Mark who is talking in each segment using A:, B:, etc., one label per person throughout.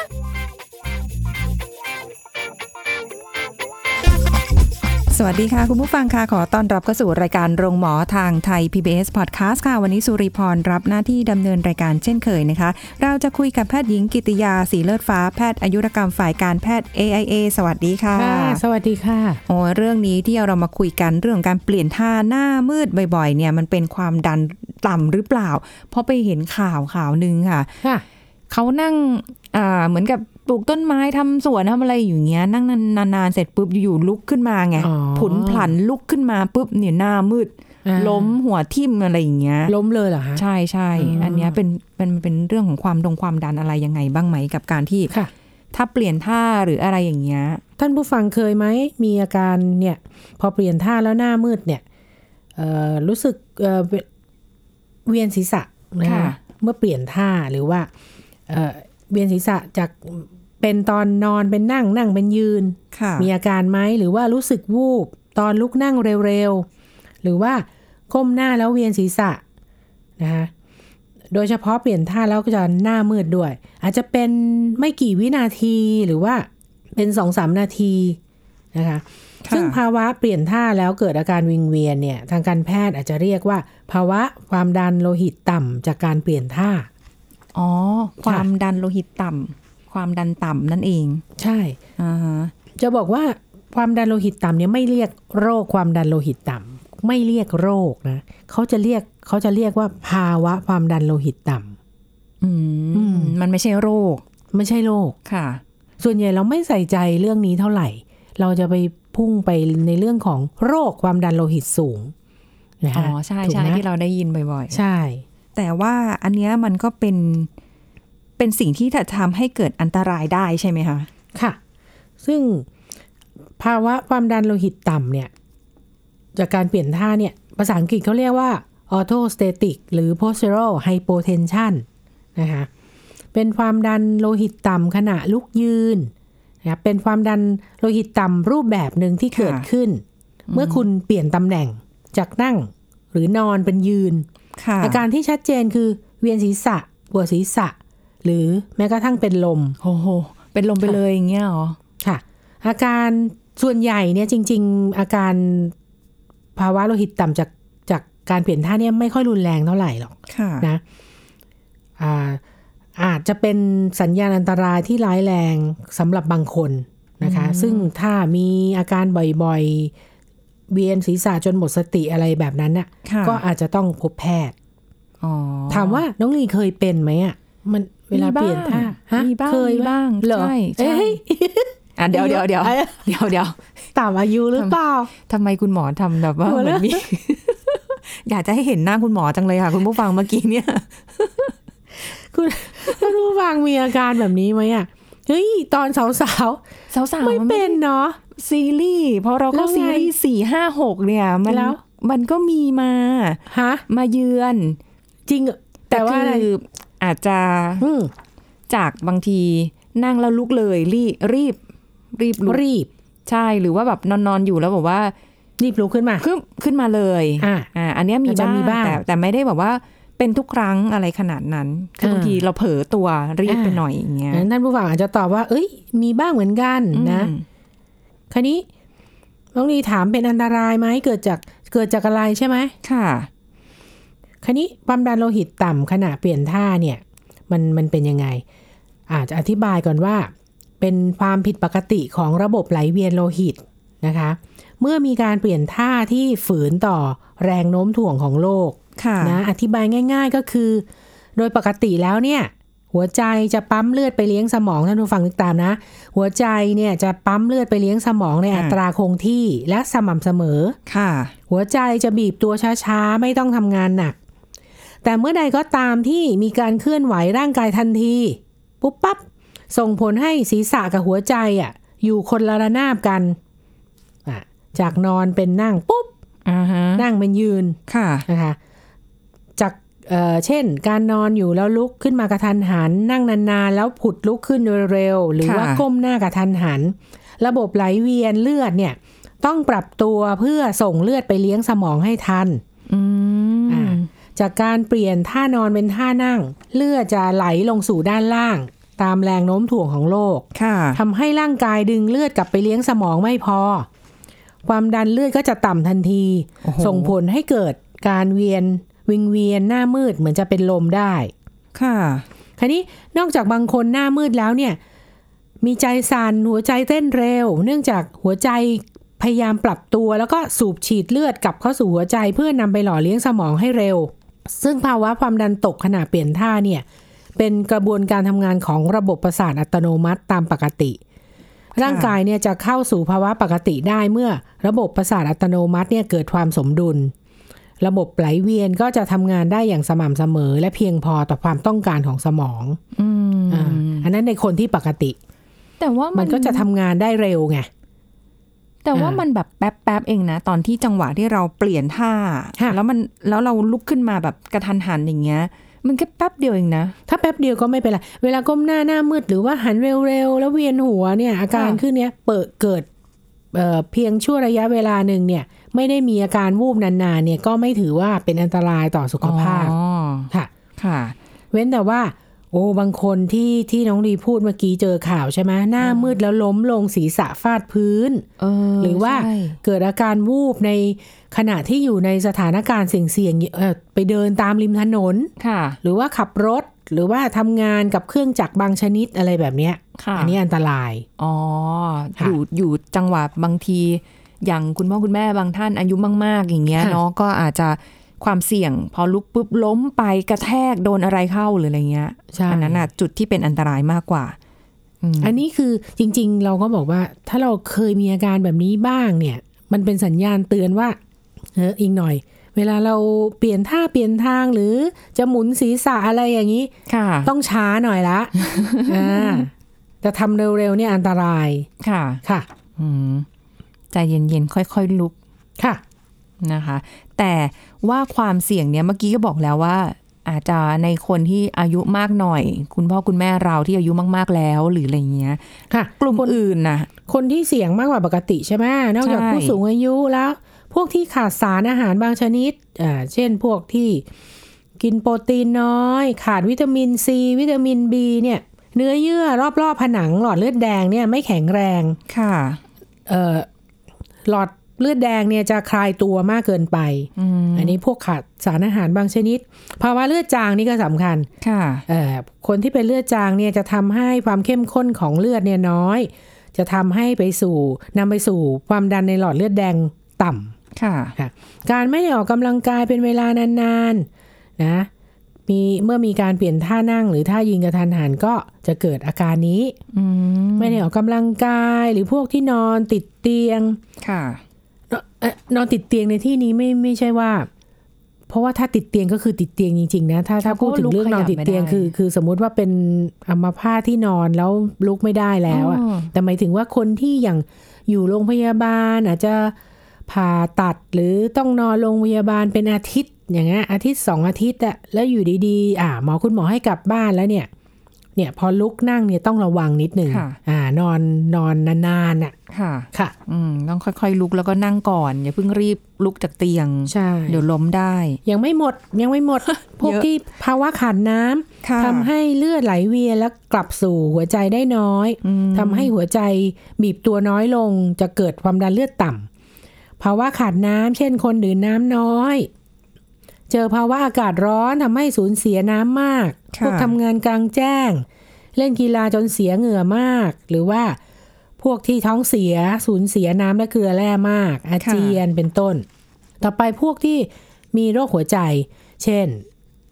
A: ล
B: สวัสดีค่ะ คุณผู้ฟังค่ะ ขอต้อนรับเข้าสู่รายการโรงหมอทางไทย PBS Podcast ค่ะ วันนี้สุริพรรับหน้าที่ดำเนินรายการเช่นเคยนะคะ เราจะคุยกับแพทย์หญิงกิติยาสีเลิศฟ้าแพทย์อายุรกรรมฝ่ายการแพทย์ AIA สวัสดีค่ะ
C: ค่ะสวัสดีค่ะ
B: โอ้เรื่องนี้ที่เรามาคุยกันเรื่องการเปลี่ยนท่าหน้ามืดบ่อยๆ เนี่ยมันเป็นความดันต่ำหรือเปล่า เพราะไปเห็นข่าวข่าวหนึ่งค่ะ
C: ค่ะ
B: เขานั่งอ่าเหมือนกับปลูกต้นไม้ทำสวนทำอะไรอยู่เงี้ย นั่งนานๆเสร็จปุ๊บอยู่ๆลุกขึ้นมาไง
C: อ๋อ
B: ผุนผลันลุกขึ้นมาปุ๊บเนี่ยหน้ามืด
C: อ่า
B: ล้มหัวทิ่มอะไรอย่างเงี้ย
C: ล้มเลยเหรอฮะ
B: ใช่ใช่
C: อ่า
B: อันเนี้ยเป็นเป็นเป็นเรื่องของความดงความดันอะไรยังไงบ้างไหมกับการที่
C: ค่ะ
B: ถ้าเปลี่ยนท่าหรืออะไรอย่างเงี้ย
C: ท่านผู้ฟังเคยไหม มีอาการเนี่ย พอเปลี่ยนท่าแล้วหน้ามืดเนี่ยเอ่อรู้สึกเอ่อเวเวียนศีรษะนเมื่อเปลี่ยนท่าหรือว่าเอ่อเวียนศีรษะจากเป็นตอนนอนเป็นนั่งนั่งเป็นยืน
B: ค่ะ
C: มีอาการไหมหรือว่ารู้สึกวูบ ตอนลุกนั่งเร็วๆ หรือว่าก้มหน้าแล้วเวียนศีรษะนะคะโดยเฉพาะเปลี่ยนท่าแล้วก็จะหน้ามืดด้วย อาจจะเป็นไม่กี่วินาทีหรือว่าเป็นสองสามนาทีนะคะ
B: ค่ะ
C: ซึ่งภาวะเปลี่ยนท่าแล้วเกิดอาการวิงเวียนเนี่ยทางการแพทย์อาจจะเรียกว่า ภาวะความดันโลหิตต่ำจากการเปลี่ยนท่า
B: อ๋อความดันโลหิตต่ำความดันต่ำนั่นเอง
C: ใช่
B: อ่าฮะ
C: จะบอกว่าความดันโลหิตต่ำเนี่ยไม่เรียกโรคความดันโลหิตต่ำไม่เรียกโรคนะเขาจะเรียกเขาจะเรียกว่าภาวะความดันโลหิตต่
B: อื
C: อื
B: ม
C: ม
B: มันไม่ใช่โรค
C: ำไม่ใช่โรค
B: ค่ะ
C: ส่วนใหญ่เราไม่ใส่ใจเรื่องนี้เท่าไหร่ เราจะไปพุ่งไปในเรื่องของโรคความดันโลหิตสูงนะคะ
B: อ๋อใช่
C: ถูก
B: ใช่
C: ไหม
B: ที่เราได้ยินบ่อย
C: ใช่
B: ๆ แต่ว่าอันเนี้ยมันก็เป็นเป็นสิ่งที่จะทำให้เกิดอันตรายได้ใช่ไหมคะ
C: ค่ะ ซึ่งภาวะความดันโลหิตต่ำเนี่ย จากการเปลี่ยนท่าเนี่ย ภาษาอังกฤษเขาเรียกว่า orthostatic หรือ postural hypotension นะคะ เป็นความดันโลหิตต่ำขณะลุกยืนนะคะเป็นความดันโลหิตต่ำรูปแบบหนึ่งที่เกิดขึ้น เมื่อคุณเปลี่ยนตำแหน่งจากนั่งหรือนอนเป็นยืน
B: ค่ะ
C: อาการที่ชัดเจนคือเวียนศีรษะปวดศีรษะ หรือแม้กระทั่งเป็นลม
B: โอ้โหเป็นลมไปเลยอย่างเงี้ยเหรอ
C: ค่ะอาการส่วนใหญ่เนี่ยจริง ๆ อาการภาวะโลหิตต่ำจากจากการเปลี่ยนท่าเนี่ยไม่ค่อยรุนแรงเท่าไหร่หรอก
B: ค่ะ
C: นะอ่าอาจจะเป็นสัญญาณอันตรายที่ร้ายแรงสำหรับบางคนนะคะ ซึ่งถ้ามีอาการบ่อยๆ เวียนศีรษะจนหมดสติอะไรแบบนั้นน่ะ
B: ค่ะ
C: ก็อาจจะต้องพบแพทย์
B: อ๋อ
C: ถามว่าน้องลีเคยเป็นไหมอ่ะมันเวลาเปลี่ยนท่าฮะ
B: มีบ้าง
C: เคย
B: มี
C: ไหม
B: บ้าง
C: เหรอ
B: ใช่ใช่
C: เอ้ย
B: อ่ะเดี๋ยวเดี๋ยวเดี๋ยวเดี๋ยวเดี๋ยว
C: ตามอายุหรือเปล่า
B: ทำไมคุณหมอทำแบบว่า
C: หัว
B: เหมือ
C: เราะ
B: นมี อยากจะให้เห็นหน้าคุณหมอจังเลยค่ะ คุณผู้ฟังเมื่อกี้เนี่ย
C: คุณ คุณผู้ฟังมีอาการแบบนี้ไหมอ่ะ เฮ้ย ตอนสาว
B: สาว
C: ๆ ไม่
B: ๆ
C: เป็นเนาะ
B: ซีรีส์เพราะเรา
C: แล้
B: ก็
C: วไง
B: ซีรีส์สี่ห้าหกเนี่ย มัน
C: แล้ว
B: มันก็มีมา
C: ฮะ
B: มาเยือน
C: จริง แต่ว่าอะไร
B: คืออาจจะ
C: อืม
B: จากบางทีนั่งแล้วลุกเลยรีบรีบ รีบลุก
C: รีบ
B: ใช่หรือว่าแบบนอนนอนๆอยู่แล้วบอกว่า
C: รีบลุกขึ้นมา
B: ขึ้นขึ้นมาเลย
C: อ่ะ
B: อ่าอันเนี้ยมี
C: อาจจะ
B: บ้าง
C: มีบ้าง
B: แต่แต่ไม่ได้แบบว่าเป็นทุกครั้งอะไรขนาดนั้น คื
C: เออบ
B: อางทีเราเผลอตัวรีบ
C: อ่า
B: ไปหน่อยอย่างเงี้ย
C: นั้นท่านผู้ฟังอาจจะตอบว่า เอ้ย มีบ้างเหมือนกันนะ
B: อืม
C: คราวนี้น้องลีถามเป็นอันตรายไหม เกิดจาก เกิดจากอะไรใช่ไหม
B: ค่ะ
C: คราวนี้ความดันโลหิตต่ำขณะเปลี่ยนท่าเนี่ย มันมันเป็นยังไง อาจจะอธิบายก่อนว่า เป็นความผิดปกติของระบบไหลเวียนโลหิตนะคะ เมื่อมีการเปลี่ยนท่าที่ฝืนต่อแรงโน้มถ่วงของโลก
B: ค่ะ
C: นะอธิบายง่าย ๆก็คือ โดยปกติแล้วเนี่ย หัวใจจะปั๊มเลือดไปเลี้ยงสมองท่านผู้ฟังนึกตามนะ หัวใจเนี่ยจะปั๊มเลือดไปเลี้ยงสมองในอัตราคงที่และสม่ำเสมอ
B: ค่ะ
C: หัวใจจะบีบตัวช้าๆ ไม่ต้องทำงานหนัก แต่เมื่อใดก็ตามที่มีการเคลื่อนไหวร่างกายทันที ปุ๊บปั๊บ ส่งผลให้ศีรษะกับหัวใจอ่ะ อยู่คนละระนาบกันอ่ะจากนอนเป็นนั่งปุ๊บ
B: อ่าฮะ
C: นั่งเป็นยืน
B: ค่ะ
C: นะคะจากเอ่อเช่น การนอนอยู่แล้วลุกขึ้นมากระทันหัน นั่งนานๆ แล้วผุดลุกขึ้นเร็วๆหรือ
B: ค่ะ
C: ว่าก้มหน้ากระทันหัน ระบบไหลเวียนเลือดเนี่ยต้องปรับตัวเพื่อส่งเลือดไปเลี้ยงสมองให้ทัน
B: อืม
C: อ่า จากการเปลี่ยนท่านอนเป็นท่านั่ง เลือดจะไหลลงสู่ด้านล่าง ตามแรงโน้มถ่วงของโลก
B: ค่ะ
C: ทำให้ร่างกายดึงเลือดกลับไปเลี้ยงสมองไม่พอ ความดันเลือดก็จะต่ำทันที
B: โอ้โห
C: ส่งผลให้เกิดการเวียนวิงเวียนหน้ามืดเหมือนจะเป็นลมได้
B: ค่ะ
C: คราวนี้นอกจากบางคนหน้ามืดแล้วเนี่ย มีใจสั่นหัวใจเต้นเร็ว เนื่องจากหัวใจพยายามปรับตัว แล้วก็สูบฉีดเลือดกลับเข้าสู่หัวใจเพื่อนำไปหล่อเลี้ยงสมองให้เร็ว ซึ่งภาวะความดันตกขณะเปลี่ยนท่าเนี่ย เป็นกระบวนการทำงานของระบบประสาทอัตโนมัติตามปกติ ร่างกายเนี่ยจะเข้าสู่ภาวะปกติได้เมื่อระบบประสาทอัตโนมัติเนี่ยเกิดความสมดุล ระบบไหลเวียนก็จะทำงานได้อย่างสม่ำเสมอ และเพียงพอต่อความต้องการของสมอง
B: อืม
C: อ่าอันนั้นในคนที่ปกติ
B: แต่ว่า
C: มั
B: มัน
C: ก็จะทำงานได้เร็วไง
B: แต่ว่า
C: อ่ามั
B: มันแบบแป๊บแป๊บๆเองนะ ตอนที่จังหวะที่เราเปลี่ยนท่า
C: ค่ะ
B: แล้วมันแล้วเราลุกขึ้นมาแบบกระทันหันอย่างเงี้ย มันแค่แป๊บเดียวเองนะ
C: ถ้าแป๊บเดียวก็ไม่เป็นไร เวลาก้มหน้าหน้ามืดหรือว่าหันเร็วๆ แล้วเวียนหัวเนี่ย อาการ
B: ค่ะ
C: ขึ้นเนี้ยเปิดเกิดเอ่อเพียงชั่วระยะเวลาหนึ่งเนี่ย ไม่ได้มีอาการวูบนานๆเนี่ยก็ไม่ถือว่าเป็นอันตรายต่อสุขภาพ
B: อ๋อ
C: ค่ะ
B: ค่ะ
C: เว้นแต่ว่า โอ้บางคนที่ที่น้องดีพูดเมื่อกี้เจอข่าวใช่ไหมหน้ามืดแล้วล้มลงศีรษะฟาดพื้น
B: เออ
C: หรือว่า
B: ใช่
C: เกิดอาการวูบในขณะที่อยู่ในสถานการณ์เสี่ยงๆเอ่อไปเดินตามริมถนน
B: ค่ะ
C: หรือว่าขับรถหรือว่าทำงานกับเครื่องจักรบางชนิดอะไรแบบเนี้ย
B: ค่ะ
C: อันนี้อันตราย
B: อ๋อ
C: ค่ะ
B: อยู่ อยู่จังหวะบางที อย่างคุณพ่อคุณแม่บางท่านอายุมาก ๆ อย่างเงี้ย
C: ค่ะ
B: เนาะ ก็อาจจะความเสี่ยง พอลุกปุ๊บล้มไปกระแทกโดนอะไรเข้าหรืออะไรเงี้ย อันนั้นน่ะจุดที่เป็นอันตรายมากกว่า อืม
C: อันนี้คือจริงๆ เราก็บอกว่าถ้าเราเคยมีอาการแบบนี้บ้างเนี่ย มันเป็นสัญญาณเตือนว่าเอออีกหน่อย เวลาเราเปลี่ยนท่าเปลี่ยนทางหรือจะหมุนศีรษะอะไรอย่างนี้
B: ค่ะ
C: ต้องช้าหน่อย ละอ่าแต่ทำเร็วๆเนี่ยอันตราย
B: ค่ะ
C: ค่ะ
B: อืม ใจเย็น ๆ ค่อย ๆ ลุก
C: ค่ะ
B: นะคะ แต่ว่าความเสี่ยงเนี่ยเมื่อกี้ก็บอกแล้วว่า อาจจะในคนที่อายุมากหน่อย คุณพ่อคุณแม่เราที่อายุมาก ๆ แล้วหรืออะไรเงี้ย
C: ค่ะ
B: กลุ่มอื่นน่ะ
C: คนที่เสี่ยงมากกว่าปกติใช่ไหมนอกจาก
B: ใช่
C: ผู้สูงอายุแล้ว พวกที่ขาดสารอาหารบางชนิดอ่าเช่นพวกที่กินโปรตีนน้อย ขาดวิตามินซีวิตามินบีเนี่ยเนื้อเยื่อรอบๆผนังหลอดเลือดแดงเนี่ยไม่แข็งแรง
B: ค่ะ
C: เอ่อหลอดเลือดแดงเนี่ยจะคลายตัวมากเกินไป
B: อืม
C: อันนี้พวกขาดสารอาหารบางชนิด ภาวะเลือดจางนี่ก็สำคัญ
B: ค่ะ
C: เอ่อคนที่เป็นเลือดจางเนี่ยจะทำให้ความเข้มข้นของเลือดเนี่ยน้อย จะทำให้ไปสู่นำไปสู่ความดันในหลอดเลือดแดงต่ำ
B: ค่ะ
C: ค่ะการไม่ได้ออกกำลังกายเป็นเวลานานๆนะมีเมื่อมีการเปลี่ยนท่านั่งหรือท่ายืนกระทันหันก็จะเกิดอาการนี้
B: อืม
C: ไม่ได้ออกกำลังกายหรือพวกที่นอนติดเตียง
B: ค่ะ
C: เอ่อเอ่อนอนติดเตียงในที่นี้ไม่ไม่ใช่ว่า เพราะว่าถ้าติดเตียงก็คือติดเตียงจริงๆนะถ้าถ้า
B: เพ
C: พู
B: ราะ
C: ดถึง
B: ว่าลุก
C: เรื่องนอนติดเตียง
B: ขยับไม่ได้
C: คือ คือสมมุติว่าเป็นอัมพาตที่นอนแล้วลุกไม่ได้แล้วอะ
B: อ๋อ
C: แต่หมายถึงว่าคนที่อย่างอยู่โรงพยาบาลอาจจะผ่าตัดหรือต้องนอนโรงพยาบาลเป็นอาทิตย์ อย่างเงี้ยอาทิตย์สองอาทิตย์อะแล้วอยู่ดีๆ อ่าหมอคุณหมอให้กลับบ้านแล้วเนี่ย เนี่ยพอลุกนั่งเนี่ยต้องระวังนิดหนึ่ง
B: ค่ะ
C: อ่านอนนอนนานๆน่ะ
B: ค่ะ
C: ค่ะ
B: อืม ต้องค่อยๆ ลุกแล้วก็นั่งก่อน อย่าเพิ่งรีบลุกจากเตียง
C: ใช่
B: เดี๋ยวล้มได้
C: ยังไม่หมดยังไม่หม ด พวก
B: เยอะ
C: ที่ภาวะขาดน้ำ
B: ค่ะ
C: ทำให้เลือดไหลเวียนและกลับสู่หัวใจได้น้อย
B: อืม
C: ทำให้หัวใจบีบตัวน้อยลงจะเกิดความดันเลือดต่ำภาวะขาดน้ำเช่นคนดื่มน้ำน้อย เจอภาวะอากาศร้อนทำให้สูญเสียน้ำมากพ
B: ค่ะ
C: วกทำงานกลางแจ้ง เล่นกีฬาจนเสียเหงื่อมาก หรือว่าพวกที่ท้องเสียสูญเสียน้ำและเกลือแร่มาก อา
B: ค่ะ
C: เจียนเป็นต้น ต่อไปพวกที่มีโรคหัวใจ เช่น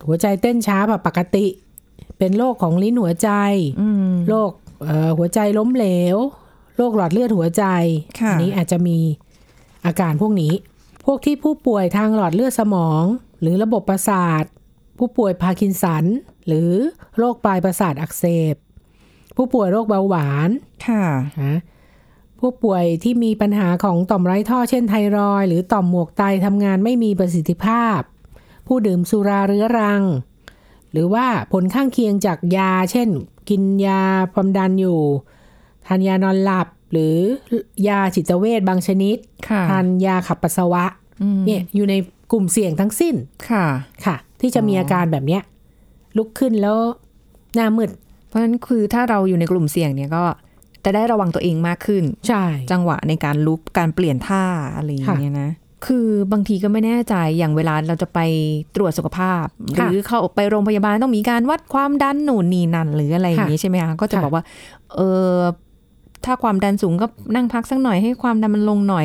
C: หัวใจเต้นช้าแบบปกติ เป็นโรคของลิ้นหัวใจ
B: อืม
C: โรคเอ่อหัวใจล้มเหลว โรคหลอดเลือดหัวใจ
B: ค่ะ
C: อันี้อาจจะมีอาการพวกนี้ พวกที่ผู้ป่วยทางหลอดเลือดสมอง หรือระบบประสาท ผู้ป่วยพาร์กินสัน หรือโรคปลายประสาทอักเสบ ผู้ป่วยโรคเบาหวาน
B: ค่ะ
C: นะ ผู้ป่วยที่มีปัญหาของต่อมไร้ท่อเช่นไทรอยด์หรือต่อมหมวกไตทำงานไม่มีประสิทธิภาพ ผู้ดื่มสุราเรื้อรัง หรือว่าผลข้างเคียงจากยา เช่น กินยาความดันอยู่ ทานยานอนหลับหรือยาจิตเวชบางชนิด
B: ค่ะ
C: ทานยาขับปัสสาวะ
B: อืม
C: เนี่ยอยู่ในกลุ่มเสี่ยงทั้งสิ้น
B: ค่ะ
C: ค่ะ ที่จะมีอาการแบบเนี้ยลุกขึ้นแล้วหน้ามืด
B: เพราะฉะนั้นคือถ้าเราอยู่ในกลุ่มเสี่ยงเนี่ยก็จะได้ระวังตัวเองมากขึ้น
C: ใช่
B: จังหวะในการลุกการเปลี่ยนท่าอะไรอย่าง
C: ค่ะ
B: เงี้ยนะ คือบางทีก็ไม่แน่ใจอย่างเวลาเราจะไปตรวจสุขภาพ ห
C: ค่ะ
B: รือเข้าไปโรงพยาบาลต้องมีการวัดความดันหนูนนี่นั่นหรืออะไรอย่างงี้ใช่ไหมคะก็จะ
C: ค่ะ
B: บอกว่า เออถ้าความดันสูงก็นั่งพักสักหน่อยให้ความดันมันลงหน่อย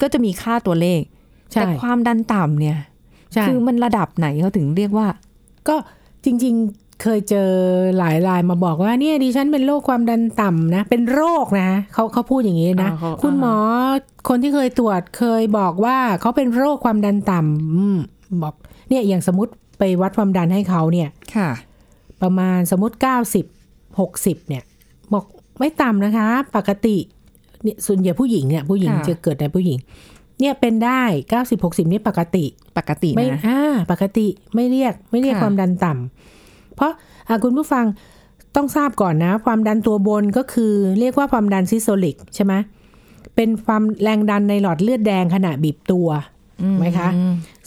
B: ก็จะมีค่าตัวเลข
C: ใช่
B: แต่ความดันต่ำเนี่ย
C: ใช่
B: คือมันระดับไหนเขาถึงเรียกว่า
C: ก็จริงๆเคยเจอหลายรายมาบอกว่าเนี่ยดิฉันเป็นโรคความดันต่ำนะ เป็นโรคนะเขาเขาพูดอย่างนี้นะ
B: อ่าเขา
C: คุณหมอคนที่เคยตรวจเคยบอกว่าเขาเป็นโรคความดันต่ำอืมบอกเนี่ยอย่างสมมติไปวัดความดันให้เขาเนี่ย
B: ค่ะ
C: ประมาณสมมติ 90 60 เนี่ย บอกไม่ต่ำนะคะ ปกติเนี่ยส่วนใหญ่ผู้หญิงเนี่ยผู้หญิง
B: ค่ะ
C: จะเกิดในผู้หญิง เนี่ยเป็นได้ 90 60เนี่ยปกติ
B: ปกติ
C: ไม่
B: นะ
C: อ่าปกติไม่เรียกไม่เรียก
B: ค่ะ
C: ความดันต่ำเพราะอ่าคุณผู้ฟังต้องทราบก่อนนะ ความดันตัวบนก็คือเรียกว่าความดันซิสโซลิกใช่ไหมเป็นความแรงดันในหลอดเลือดแดงขณะบีบตัว
B: อื
C: ไหมคะ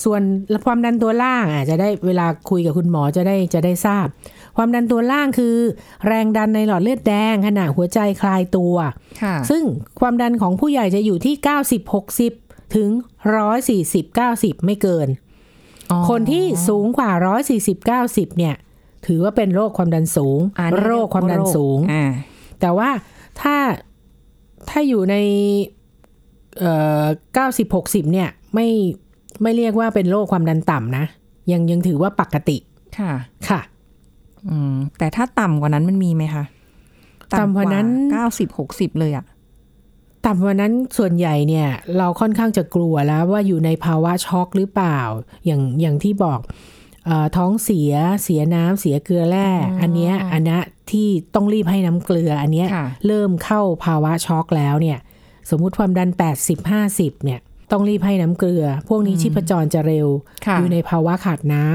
C: ส่วนความดันตัวล่างอ่ะจะได้เวลาคุยกับคุณหมอจะได้จะได้ทราบ ความดันตัวล่างคือ แรงดันในหลอดเลือดแดงขณะหัวใจคลายตัว
B: ค่ะ
C: ซึ่งความดันของผู้ใหญ่จะอยู่ที่ 90 60 ถึง 140 90 ไม่เกิน
B: อ๋อ
C: คนที่สูงกว่า 140 90 เนี่ย ถือว่าเป็นโรคความดันสูง
B: อ่านี่ย
C: โรคความดันสูง
B: อ่า
C: แต่ว่าถ้าถ้าอยู่ในเอ่อ90 60 เนี่ย ไม่ไม่เรียกว่าเป็นโรคความดันต่ำนะ ยังยังถือว่าปกติ
B: ค่ะ
C: ค่ะ
B: อืม แต่ถ้าต่ำกว่านั้นมันมีไหมคะ
C: ต่ำกว่านั้น
B: เก้าสิบหกสิบเลยอ่ะ
C: ต่ำวันนั้นส่วนใหญ่เนี่ย เราค่อนข้างจะกลัวแล้วว่าอยู่ในภาวะช็อกหรือเปล่า อย่างอย่างที่บอกเออท้องเสียเสียน้ำเสียเกลือแร่ อันเนี้ยอันนะที่ต้องรีบให้น้ำเกลืออันเนี้ย
B: ค่ะ
C: เริ่มเข้าภาวะช็อกแล้วเนี่ย สมมุติความดัน 80 50 เนี่ย ต้องรีบให้น้ำเกลือ พวกนี้ชีพจรจะเร็ว
B: ค่ะ
C: อยู่ในภาวะขาดน้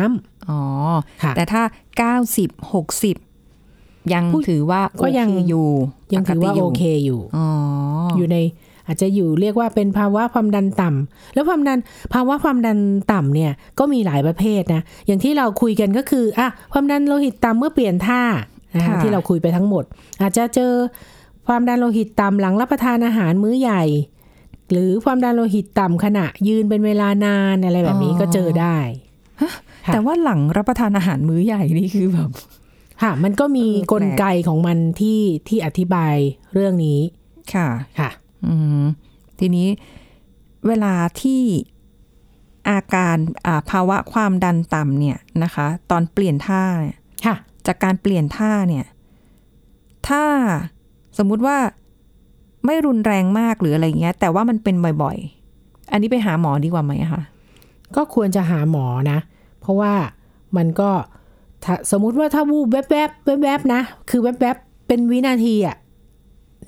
B: อ๋อ
C: ำค่ะ
B: แต่ถ้าเก้าสิบหกสิบยัง
C: ผู้
B: ถือว่า
C: ก็ยัง
B: โอเคอยู่
C: ยังถือว่า
B: ปกติ
C: โอเคอยู่
B: อ๋อ
C: อ
B: อ
C: ยู่ในอาจจะอยู่เรียกว่าเป็นภาวะความดันต่ำแล้วความดันภาวะความดันต่ำเนี่ยก็มีหลายประเภทนะอย่างที่เราคุยกันก็คืออ่ะความดันโลหิตต่ำเมื่อเปลี่ยนท่านะคะ
B: ค่ะ
C: ที่เราคุยไปทั้งหมด อาจจะเจอความดันโลหิตต่ำหลังรับประทานอาหารมื้อใหญ่ หรือความดันโลหิตต่ำขณะยืนเป็นเวลานานอะไรแบบนี้ก็เจอได้ ค่ะ
B: แต่ว่าหลังรับประทานอาหารมื้อใหญ่นี่คือแบบ
C: ค่ะมันก็มี
B: เออก แปลก
C: ลไกของมันที่ที่อธิบายเรื่องนี้
B: ค่ะ
C: ค่ะ
B: อืม ทีนี้เวลาที่อาการอ่าภาวะความดันต่ำเนี่ยนะคะ ตอนเปลี่ยนท่าเนี่ย
C: ค่ะ
B: จากการเปลี่ยนท่าเนี่ย ถ้าสมมุติว่าไม่รุนแรงมากหรืออะไรเงี้ย แต่ว่ามันเป็นบ่อยๆ อันนี้ไปหาหมอดีกว่าไหมอะคะ
C: ก็ควรจะหาหมอนะ เพราะว่ามันก็ถ้าสมมุติว่าถ้าวูบแวบๆแวบๆนะ คือแวบๆเป็นวินาทีอะ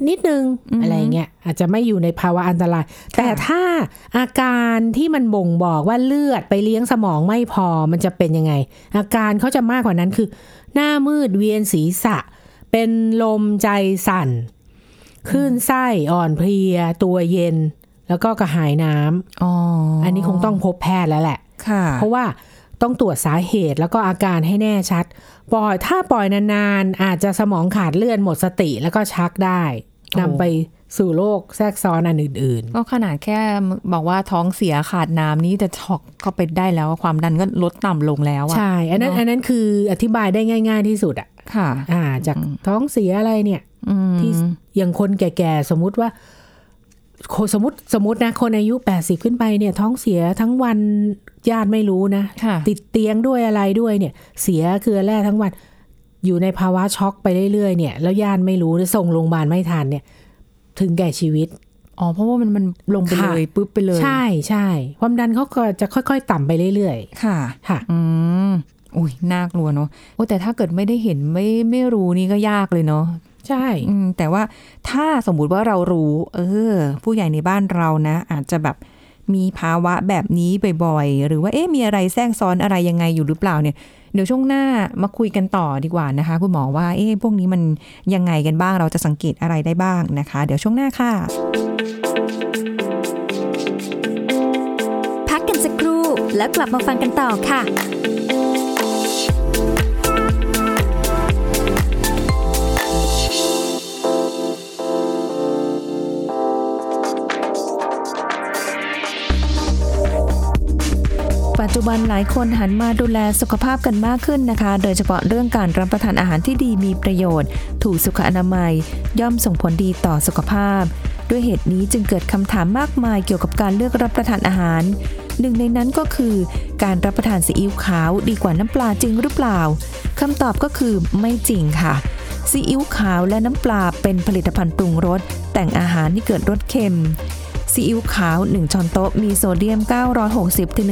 C: นิดนึงอะไรเงี้ยอาจจะไม่อยู่ในภาวะอันตราย แต่ถ้าอาการที่มันบ่งบอกว่าเลือดไปเลี้ยงสมองไม่พอมันจะเป็นยังไง อาการเขาจะมากกว่านั้นคือ หน้ามืดเวียนศีรษะ เป็นลมใจสั่นคลื่นไส้อ่อนเพลีย ตัวเย็น แล้วก็กระหายน้ำ
B: อ๋อ
C: อันนี้คงต้องพบแพทย์แล้วแหละ
B: ค่ะ
C: เพราะว่าต้องตรวจสาเหตุแล้วก็อาการให้แน่ชัด ปล่อยถ้าปล่อยนานๆ อาจจะสมองขาดเลือดหมดสติแล้วก็ชักได้
B: โอ้
C: นำไปสู่โรคแทรกซ้อนอันอื่น
B: ก็ขนาดแค่บอกว่าท้องเสียขาดน้ำนี่จะช็อกเข้าไปได้แล้วความดันก็ลดต่ำลงแล้ว
C: ๆ
B: อะ
C: ใช่ อันนั้นอันนั้นคืออธิบายได้ง่าย ๆที่สุดอะ
B: ค่ะ
C: อ่า จากท้องเสียอะไรเนี่ย
B: อืม
C: ที่อย่างคนแก่ๆ สมมุติว่าคนสมมติสมมตินะคนอายุ 80 ขึ้นไปเนี่ยท้องเสียทั้งวันญาติไม่รู้นะ
B: ค่ะ
C: ติดเตียงด้วยอะไรด้วยเนี่ย เสียเกลือแร่ทั้งวันอยู่ในภาวะช็อกไปเรื่อยๆเนี่ย แล้วญาติไม่รู้หรือส่งโรงพยาบาลไม่ทันเนี่ย ถึงแก่ชีวิต
B: อ๋อเพราะว่ามันมันลงไป
C: ค่ะ
B: เลยปุ๊บไปเลย
C: ใช่ใช่ความดันเขาก็จะค่อย ๆ ต่ำไปเรื่อย
B: ค่ะ
C: ๆ ค่ะ
B: อืมอุ้ยน่ากลัวเนาะโอ้แต่ถ้าเกิดไม่ได้เห็นไม่ไม่รู้นี่ก็ยากเลยเนาะ
C: ใช่
B: อืมแต่ว่าถ้าสมมุติว่าเรารู้ เออ ผู้ใหญ่ในบ้านเรานะ อาจจะแบบมีภาวะแบบนี้บ่อยๆ หรือว่าเอ๊ะมีอะไรแทรกซ้อนอะไรยังไงอยู่หรือเปล่าเนี่ย เดี๋ยวช่วงหน้ามาคุยกันต่อดีกว่านะคะ คุณหมอว่าเอ๊ะพวกนี้มันยังไงกันบ้างเราจะสังเกตอะไรได้บ้างนะคะ เดี๋ยวช่วงหน้าค่ะ
A: พักกันสักครู่แล้วกลับมาฟังกันต่อค่ะ
B: ปัจจุบันหลายคนหันมาดูแลสุขภาพกันมากขึ้นนะคะ โดยเฉพาะเรื่องการรับประทานอาหารที่ดีมีประโยชน์ ถูกสุขอนามัย ย่อมส่งผลดีต่อสุขภาพ ด้วยเหตุนี้จึงเกิดคำถามมากมายเกี่ยวกับการเลือกรับประทานอาหาร หนึ่งในนั้นก็คือการรับประทานซีอิ๊วขาวดีกว่าน้ำปลาจริงหรือเปล่าคำตอบก็คือไม่จริงค่ะ ซีอิ๊วขาวและน้ำปลาเป็นผลิตภัณฑ์ปรุงรสแต่งอาหารที่เกิดรสเค็ม ซีอิ๊วขาว 1 ช้อนโต๊ะ มีโซเดียม 960ถึง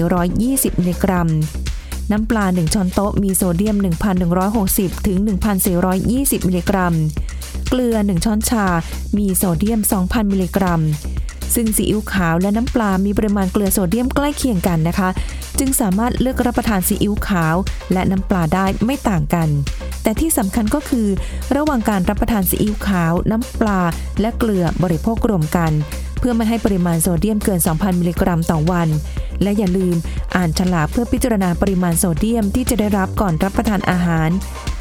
B: 1,420 มิลลิกรัม น้ำปลา 1 ช้อนโต๊ะ มีโซเดียม 1,160ถึง1,420 มิลลิกรัม เกลือ 1 ช้อนชา มีโซเดียม 2,000 มิลลิกรัม ซึ่งซีอิ๊วขาวและน้ำปลา มีปริมาณเกลือโซเดียมใกล้เคียงกันนะคะ จึงสามารถเลือกรับประทานซีอิ๊วขาว และน้ำปลาได้ไม่ต่างกัน แต่ที่สำคัญก็คือ ระหว่างการรับประทานซีอิ๊วขาว น้ำปลา และเกลือบริโภครวมกัน เพื่อไม่ให้ปริมาณโซเดียมเกิน 2,000 มิลลิกรัมต่อวัน และอย่าลืมอ่านฉลากเพื่อพิจารณาปริมาณโซเดียมที่จะได้รับก่อนรับประทานอาหาร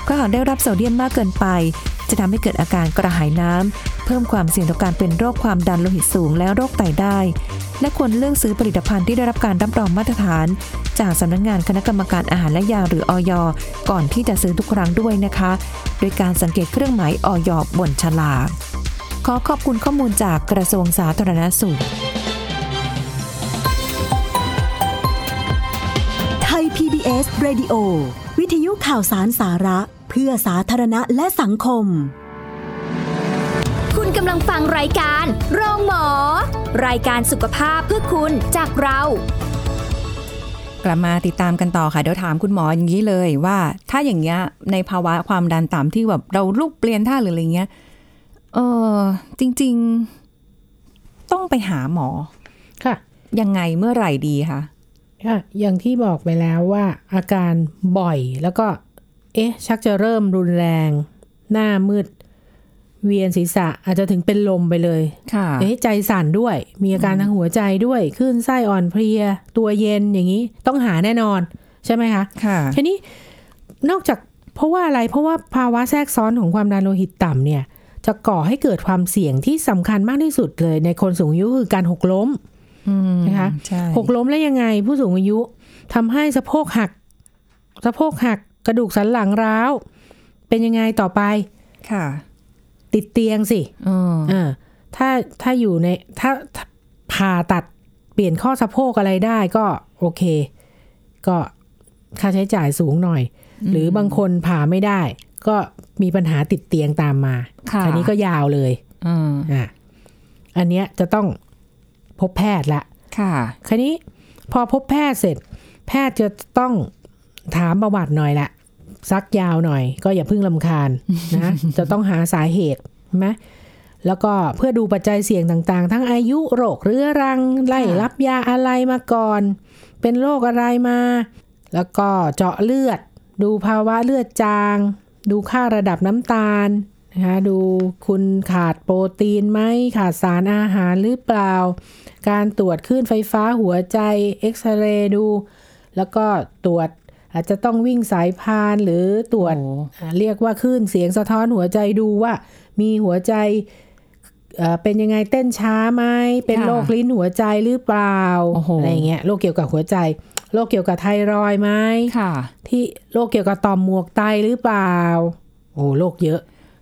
B: เพราะหากได้รับโซเดียมมากเกินไป จะทำให้เกิดอาการกระหายน้ำ เพิ่มความเสี่ยงต่อการเป็นโรคความดันโลหิตสูงและโรคไตได้ และควรเลือกซื้อผลิตภัณฑ์ที่ได้รับการรับรองมาตรฐาน จากสำนักงานคณะกรรมการอาหารและยาหรือออยก่อนที่จะซื้อทุกครั้งด้วยนะคะ โดยการสังเกตเครื่องหมายออยบนฉลากขอขอบคุณข้อมูลจากกระทรวงสาธารณสุข
D: ไทย PBS Radio วิทยุข่าวสารสาระ เพื่อสาธารณะและสังคม
A: คุณกำลังฟังรายการโรงหมอ รายการสุขภาพเพื่อคุณจากเรา
B: กลับมาติดตามกันต่อค่ะ เดี๋ยวถามคุณหมออย่างนี้เลยว่า ถ้าอย่างเงี้ยในภาวะความดันต่ำที่แบบเราลูกเปลี่ยนท่าหรืออะไรเงี้ยเออจริง ๆ ต้องไปหาหมอ
C: ค่ะ
B: ยังไงเมื่อไหร่ดีคะ
C: ค่ะอย่างที่บอกไปแล้วว่าอาการบ่อยแล้วก็ เอ๊ะ ชักจะเริ่มรุนแรง หน้ามืด เวียนศีรษะอาจจะถึงเป็นลมไปเลย
B: ค่ะ
C: เอ๊ะ ใจสั่นด้วย มีอาการทางหัวใจด้วย ขึ้นไส้อ่อนเพลีย ตัวเย็นอย่างนี้ต้องหาแน่นอน ใช่ไหมคะ
B: ค่ะ
C: ทีนี้นอกจากเพราะว่าอะไรเพราะว่าภาวะแทรกซ้อนของความดันโลหิตต่ำเนี่ย จะก่อให้เกิดความเสี่ยงที่สำคัญมากที่สุดเลย ในคนสูงอายุคือการหกล้ม
B: อืม
C: นะคะ
B: ใช่
C: หกล้มแล้วยังไงผู้สูงอายุทำให้สะโพกหัก สะโพกหักกระดูกสันหลังร้าว เป็นยังไงต่อไป
B: ค่ะ
C: ติดเตียงสิ
B: เออ
C: เออถ้าถ้าอยู่ในถ้าถ้าผ่าตัดเปลี่ยนข้อสะโพกอะไรได้ก็โอเค ก็ค่าใช้จ่ายสูงหน่อย หรือบางคนผ่าไม่ได้ ก็มีปัญหาติดเตียงตามมา
B: ค่ะ
C: อันี้ก็ยาวเลย
B: เออ
C: อ่ะอันเนี้ยจะต้องพบแพทย์ละ
B: ค่ะ
C: คราวนี้พอพบแพทย์เสร็จ แพทย์จะต้องถามประวัติหน่อยละซักยาวหน่อยก็อย่าเพิ่งลำคาญนะ จะต้องหาสาเหตุเห็นไหมแล้วก็เพื่อดูปัจจัยเสี่ยงต่างๆ ทั้งอายุโรคเรื้อรัง ไล่รับยาอะไรมาก่อน เป็นโรคอะไรมา แล้วก็เจาะเลือด ดูภาวะเลือดจาง ดูค่าระดับน้ำตาลนะคะดูคุณขาดโปรตีนไหมขาดสารอาหารหรือเปล่า การตรวจคลื่นไฟฟ้าหัวใจเอ็กซเรย์ดู แล้วก็ตรวจอาจจะต้องวิ่งสายพานหรือตรวจ
B: โอ้
C: อ่าเรียกว่าคลื่นเสียงสะท้อนหัวใจดูว่ามีหัวใจเอ่อเป็นยังไงเต้นช้าไหมเป็น
B: ค่ะ
C: โรคลิ้นหัวใจหรือเปล่า
B: โอ้โห
C: อะไรอย่างเงี้ยโรคเกี่ยวกับหัวใจโรคเกี่ยวกับไทรอยด์ไหม
B: ค่ะ
C: ที่โรคเกี่ยวกับต่อมหมวกไตหรือเปล่า โอ้โรคเยอะ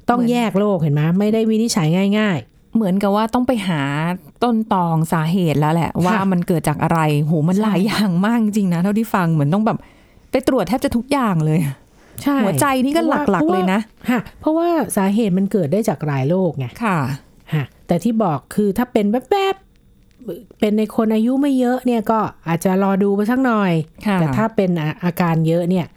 C: ต้อง
B: เหมือน
C: แยกโรคเห็นไหมไม่ได้วินิจฉัยง่าย
B: เหมือนกับว่าต้องไปหาต้นตองสาเหตุแล้วแหละ ว่ามันเกิดจากอะไรโหมันหลายอย่างมากจริงๆนะเท่าที่ฟังเหมือนต้องแบบไปตรวจแทบจะทุกอย่างเลย
C: ๆ ใช่
B: หัวใจนี่ก็
C: พราะว่า
B: หลักๆเลยนะ
C: ฮะเพราะว่าสาเหตุมันเกิดได้จากหลายโรคไง
B: ค่ะ
C: ฮะแต่ที่บอกคือถ้าเป็นแวบๆเป็นในคนอายุไม่เยอะเนี่ยก็อาจจะรอดูไปสักหน่อย
B: ค่ะ
C: แต่ถ้าเป็นอาอาการเยอะเนี่ย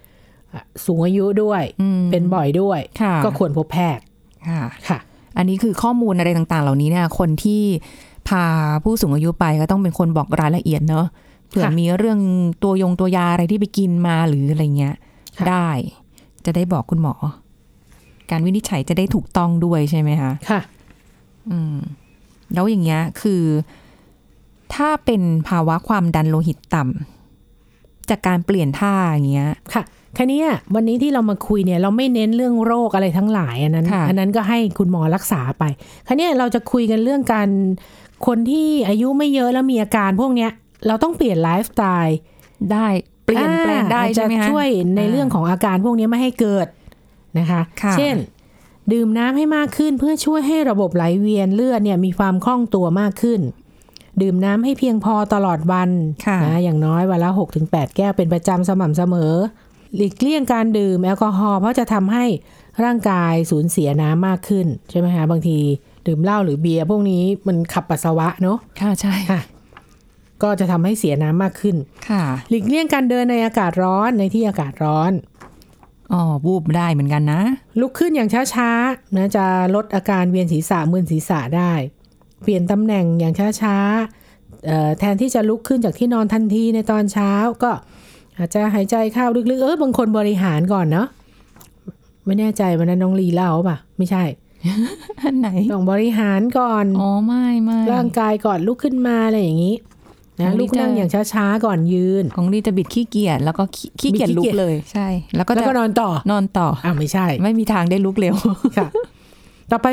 C: อ่ะสูงอายุด้วย
B: อืม
C: เป็นบ่อยด้วย
B: ค่ะ
C: ก็ควรพบแพทย์
B: ค่ะ
C: ค่ะ
B: อันนี้คือข้อมูลอะไรต่างๆ เหล่านี้เนี่ย คนที่พาผู้สูงอายุไปก็ต้องเป็นคนบอกรายละเอียดเนอะเผื่อมีเรื่องตัวยงตัวยาอะไรที่ไปกินมาหรืออะไรเงี้ย
C: ค่ะ
B: ได้ จะได้บอกคุณหมอ การวินิจฉัยจะได้ถูกต้องด้วยใช่ไหมคะ
C: ค่ะ
B: อืมแล้วอย่างเงี้ยคือ ถ้าเป็นภาวะความดันโลหิตต่ำจากการเปลี่ยนท่าอย่างเงี้ย
C: ค่ะคันนี้วันนี้ที่เรามาคุยเนี่ยเราไม่เน้นเรื่องโรคอะไรทั้งหลายอันนั้น
B: ค่ะ
C: อันนั้นก็ให้คุณหมอรักษาไปคันนี้เราจะคุยกันเรื่องการคนที่อายุไม่เยอะแล้วมีอาการพวกเนี้ยเราต้องเปลี่ยนไลฟ์สไตล์
B: ได้เปลี่ยนแปลงได้
C: อ่า
B: ใช่ไหม
C: อาจ
B: คะ
C: จะช่วยในเรื่องของอาการพวกนี้ไม่ให้เกิดนะคะ
B: ค่ะ
C: เช่น ดื่มน้ำให้มากขึ้นเพื่อช่วยให้ระบบไหลเวียนเลือดเนี่ยมีความคล่องตัวมากขึ้น ดื่มน้ำให้เพียงพอตลอดวัน
B: ค่ะ
C: นะอย่างน้อยวันละ 6-8 แก้วเป็นประจำสม่ำเสมอ หลีกเลี่ยงการดื่มแอลกอฮอล์เพราะจะทำให้ร่างกายสูญเสียน้ำมากขึ้น ใช่ไหมคะบางทีดื่มเหล้าหรือเบียร์พวกนี้มันขับปัสสาวะเนาะ
B: ค่ะใช่
C: ค่ะ ก็จะทำให้เสียน้ำมากขึ้น
B: ค่ะ
C: หลีกเลี่ยงการเดินในอากาศร้อนในที่อากาศร้อน
B: อ๋อวูบได้เหมือนกันนะ
C: ลุกขึ้นอย่างช้าๆนะจะลดอาการเวียนศีรษะมึนศีรษะได้ เปลี่ยนตำแหน่งอย่างช้าๆเอ่อแทนที่จะลุกขึ้นจากที่นอนทันทีในตอนเช้าก็ อาจจะหายใจเข้าลึกๆ เออบางคนบริหารก่อนเนาะไม่แน่ใจวันนั้นน้องลีเล่าป่ะ ไม่ใช่
B: อันไหน
C: ต้องบริหารก่อน
B: อ๋อไม่ไม่
C: ร่างกายก่อนลุกขึ้นมาอะไรอย่างนี้นะ
B: น้องลี่
C: ลุกนั่ง
B: จะ
C: อย่างช้าๆก่อนยืน
B: ของดีจะบิดขี้เกียจแล้วก็ขี้ขี้เกียจ
C: บิดขี้
B: ลุ
C: เกี
B: ก
C: ยจ
B: เลยใช่ แล้วก็
C: แล้ว
B: จะ
C: ก็นอนต่อน
B: อนต่อ
C: อ้าวไม่ใช่
B: ไม่มีทางได้ลุกเร็ว
C: ค่ะ ต่อไป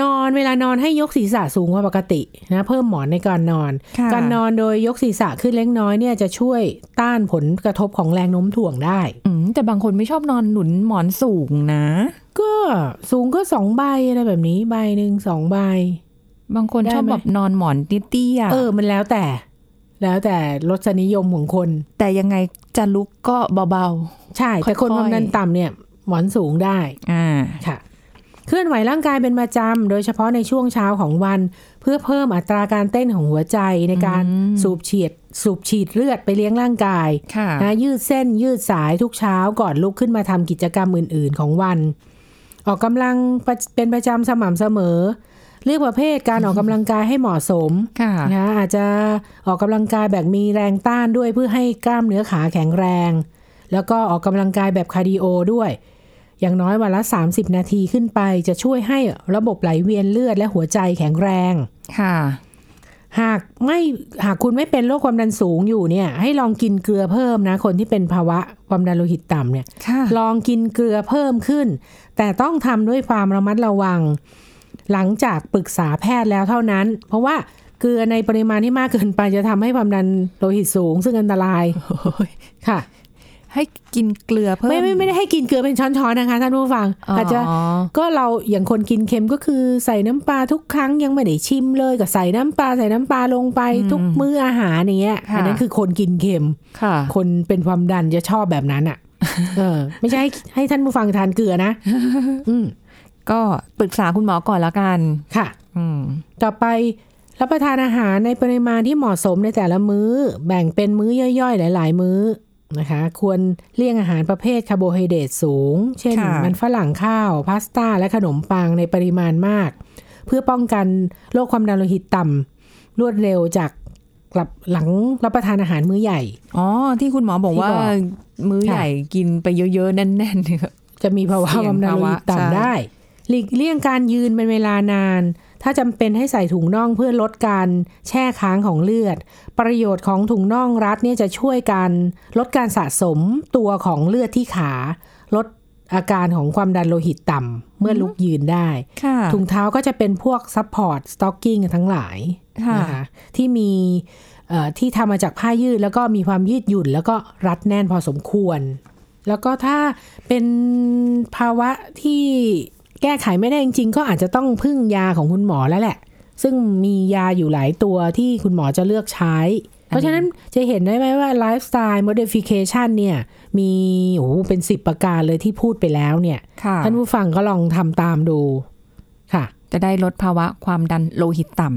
C: นอนเวลานอนให้ยกศีรษะสูงกว่าปกตินะเพิ่มหมอนในการนอน
B: ค่ะ
C: การนอนโดยยกศีรษะขึ้นเล็กน้อยเนี่ยจะช่วยต้านผลกระทบของแรงโน้มถ่วงได้
B: อืมแต่บางคนไม่ชอบนอนหนุนหมอนสูงนะ
C: ก็สูงก็สองใบอะไรแบบนี้ใบหนึ่งสองใบ
B: บางคน
C: ได้
B: ชอบ
C: ไหม
B: แบบนอนหมอนเตี้ยๆ
C: เออมันแล้วแต่ แล้วแต่รสนิยมของคน
B: แต่ยังไงจะลุกก็เบา
C: ใช่ แต่คน
B: ค่อยว
C: คา
B: ๆ
C: มดันต่ำเนี่ยหมอนสูงได้
B: ๆ อ่า
C: ค่ะ เคลื่อนไหวร่างกายเป็นประจำโดยเฉพาะในช่วงเช้าของวัน เพื่อเพิ่มอัตราการเต้นของหัวใจในการ
B: อืม
C: สูบฉีดสูบฉีดเลือดไปเลี้ยงร่างกาย
B: ค่ะ
C: นะยืดเส้นยืดสายทุกเช้าก่อนลุกขึ้นมาทำกิจกรรมอื่น ๆ ของวัน ออกกำลังประเป็นประจำสม่ำเสมอ เลือกประเภทการออกกำลังกายให้เหมาะสม
B: ค่ะ
C: นะอาจจะออกกำลังกายแบบมีแรงต้านด้วยเพื่อให้กล้ามเนื้อขาแข็งแรง แล้วก็ออกกำลังกายแบบคาร์ดิโอด้วย อย่างน้อยวันละ 30 นาทีขึ้นไปจะช่วยให้ระบบไหลเวียนเลือดและหัวใจแข็งแรง
B: ค่ะ
C: หากไม่หากคุณไม่เป็นโรคความดันสูงอยู่เนี่ย ให้ลองกินเกลือเพิ่มนะ คนที่เป็นภาวะความดันโลหิตต่ำเนี่ย
B: ค่ะ
C: ลองกินเกลือเพิ่มขึ้น แต่ต้องทำด้วยความระมัดระวัง หลังจากปรึกษาแพทย์แล้วเท่านั้น เพราะว่าเกลือในปริมาณที่มากเกินไปจะทำให้ความดันโลหิตสูง ซึ่งอันต รายค่ะ
B: ให้กินเกลือเพิ่ม
C: ไม่ไม่ไม่ได้ให้กินเกลือเป็นช้อนๆนะคะท่านผู้ฟัง
B: อ๋อ
C: อาจจะก็เราอย่างคนกินเค็มก็คือใส่น้ำปลาทุกครั้งยังไม่ได้ชิมเลยก็ใส่น้ำปลาใส่น้ำปลาลงไปทุกมื้ออาหารอย่างเงี้ยอันนั้นคือคนกินเค็ม
B: ค่ะ
C: คนเป็นความดันจะชอบแบบนั้นอ่ะ เออ ไม่ใช่ให้ให้ท่านผู้ฟังทานเกลือนะ อืม
B: ก็ปรึกษาคุณหมอก่อนแล้วกัน
C: ค่ะ
B: อืม
C: ต่อไปรับประทานอาหารในปริมาณที่เหมาะสมในแต่ละมื้อ แบ่งเป็นมื้อย่อยๆ หลาย ๆ มื้อนะคะ ควรเลี่ยงอาหารประเภทคาร์โบไฮเดรตสูง เช่น
B: ค่ะ
C: มันฝรั่งข้าว พาสต้า และขนมปังในปริมาณมาก เพื่อป้องกันโรคความดันโลหิตต่ำรวดเร็วจากกลับหลังรับประทานอาหารมื้อใหญ่
B: อ๋อ ที่คุณหมอบอกว่า
C: ที่บอก
B: มื้อ
C: ค่ะ
B: ใหญ่กินไปเยอะๆ แน่นๆเนี่ย
C: จะมีภาวะ
B: เสี่ยง
C: ความดันโล
B: ภาวะ
C: หิต
B: ใช่
C: ต่ำได้ หลีกเลี่ยงการยืนเป็นเวลานาน ถ้าจำเป็นให้ใส่ถุงน่องเพื่อลดการแช่ค้างของเลือด ประโยชน์ของถุงน่องรัดเนี่ยจะช่วยการลดการสะสมตัวของเลือดที่ขา ลดอาการของความดันโลหิตต่ำเมื่อลุกยืนได้
B: ค่ะ
C: ถุงเท้าก็จะเป็นพวกซัพพอร์ตสต็อกกิ้งทั้งหลาย
B: ค่ะ
C: นะคะที่มีเอ่อที่ทำมาจากผ้ายืด แล้วก็มีความยืดหยุ่น แล้วก็รัดแน่นพอสมควร แล้วก็ถ้าเป็นภาวะที่แก้ไขไม่ได้จริงๆ ก็อาจจะต้องพึ่งยาของคุณหมอแล้วแหละ ซึ่งมียาอยู่หลายตัวที่คุณหมอจะเลือกใช้ เพราะฉะนั้นจะเห็นได้ไหมว่าไลฟ์สไตล์ modification เนี่ยมีโอ้โหเป็นสิบประการเลยที่พูดไปแล้วเนี่ย
B: ค่ะ
C: ท่านผู้ฟังก็ลองทำตามดูค่ะ
B: จะได้ลดภาวะความดันโลหิตต่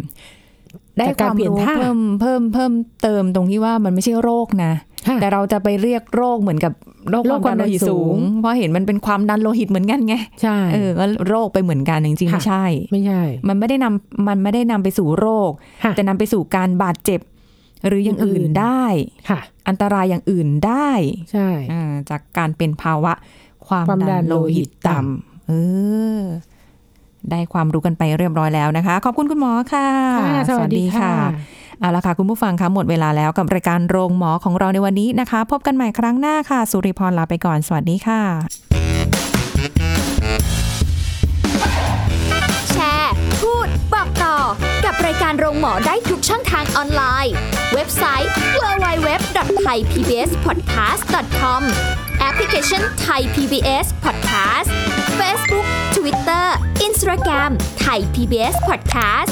B: ำได้
C: จา
B: ค
C: กการ
B: วาม
C: เปลี่ยน
B: รู้
C: ท่า
B: เพิ่มเพิ่มเพิ่มเติมตรงที่ว่ามันไม่ใช่โรคนะ
C: ฮะ
B: แต่เราจะไปเรียกโรคเหมือนกับโรค
C: โรคว
B: คามดันโลหิต
C: ความดันสู
B: สูง
C: ง
B: เพราะเห็นมันเป็นความดันโลหิตเหมือนกันไง
C: ใช่
B: เออก็โรคไปเหมือนกันจริงๆ
C: ค่ะ
B: ไม่ใช่
C: ไม่ใช่
B: มันไม่ได้นำมันไม่ได้นำไปสู่โรค
C: ค่ะ
B: แต่นำไปสู่การบาดเจ็บ หรืออย่างอื่น
C: อื่น
B: ได้
C: ค่ะ
B: อันตรายอย่างอื่นได้
C: ใช่
B: อ่าจากการเป็นภาวะความ
C: ความดั
B: ดัน
C: น
B: โล
C: โล
B: หิ
C: หิ
B: ต
C: ตต่ำ
B: ต่ำเออ ได้ความรู้กันไปเรียบร้อยแล้วนะคะ ขอบคุณคุณหมอค่ะ
C: ค่ะ สวัสดีค่ะ
B: เอาละค่ะคุณผู้ฟังคะหมดเวลาแล้วกับรายการโรงหมอของเราในวันนี้นะคะ พบกันใหม่ครั้งหน้าค่ะ สุริพรลาไปก่อน สวัสดีค่ะ
A: แชร์ พูด บอกต่อ กับรายการโรงหมอได้ทุกช่องทางออนไลน์ เว็บไซต์ www.thaipbspodcast.com แอปพลิเคชัน Thai PBS Podcast Facebook Twitter Instagram Thai PBS Podcast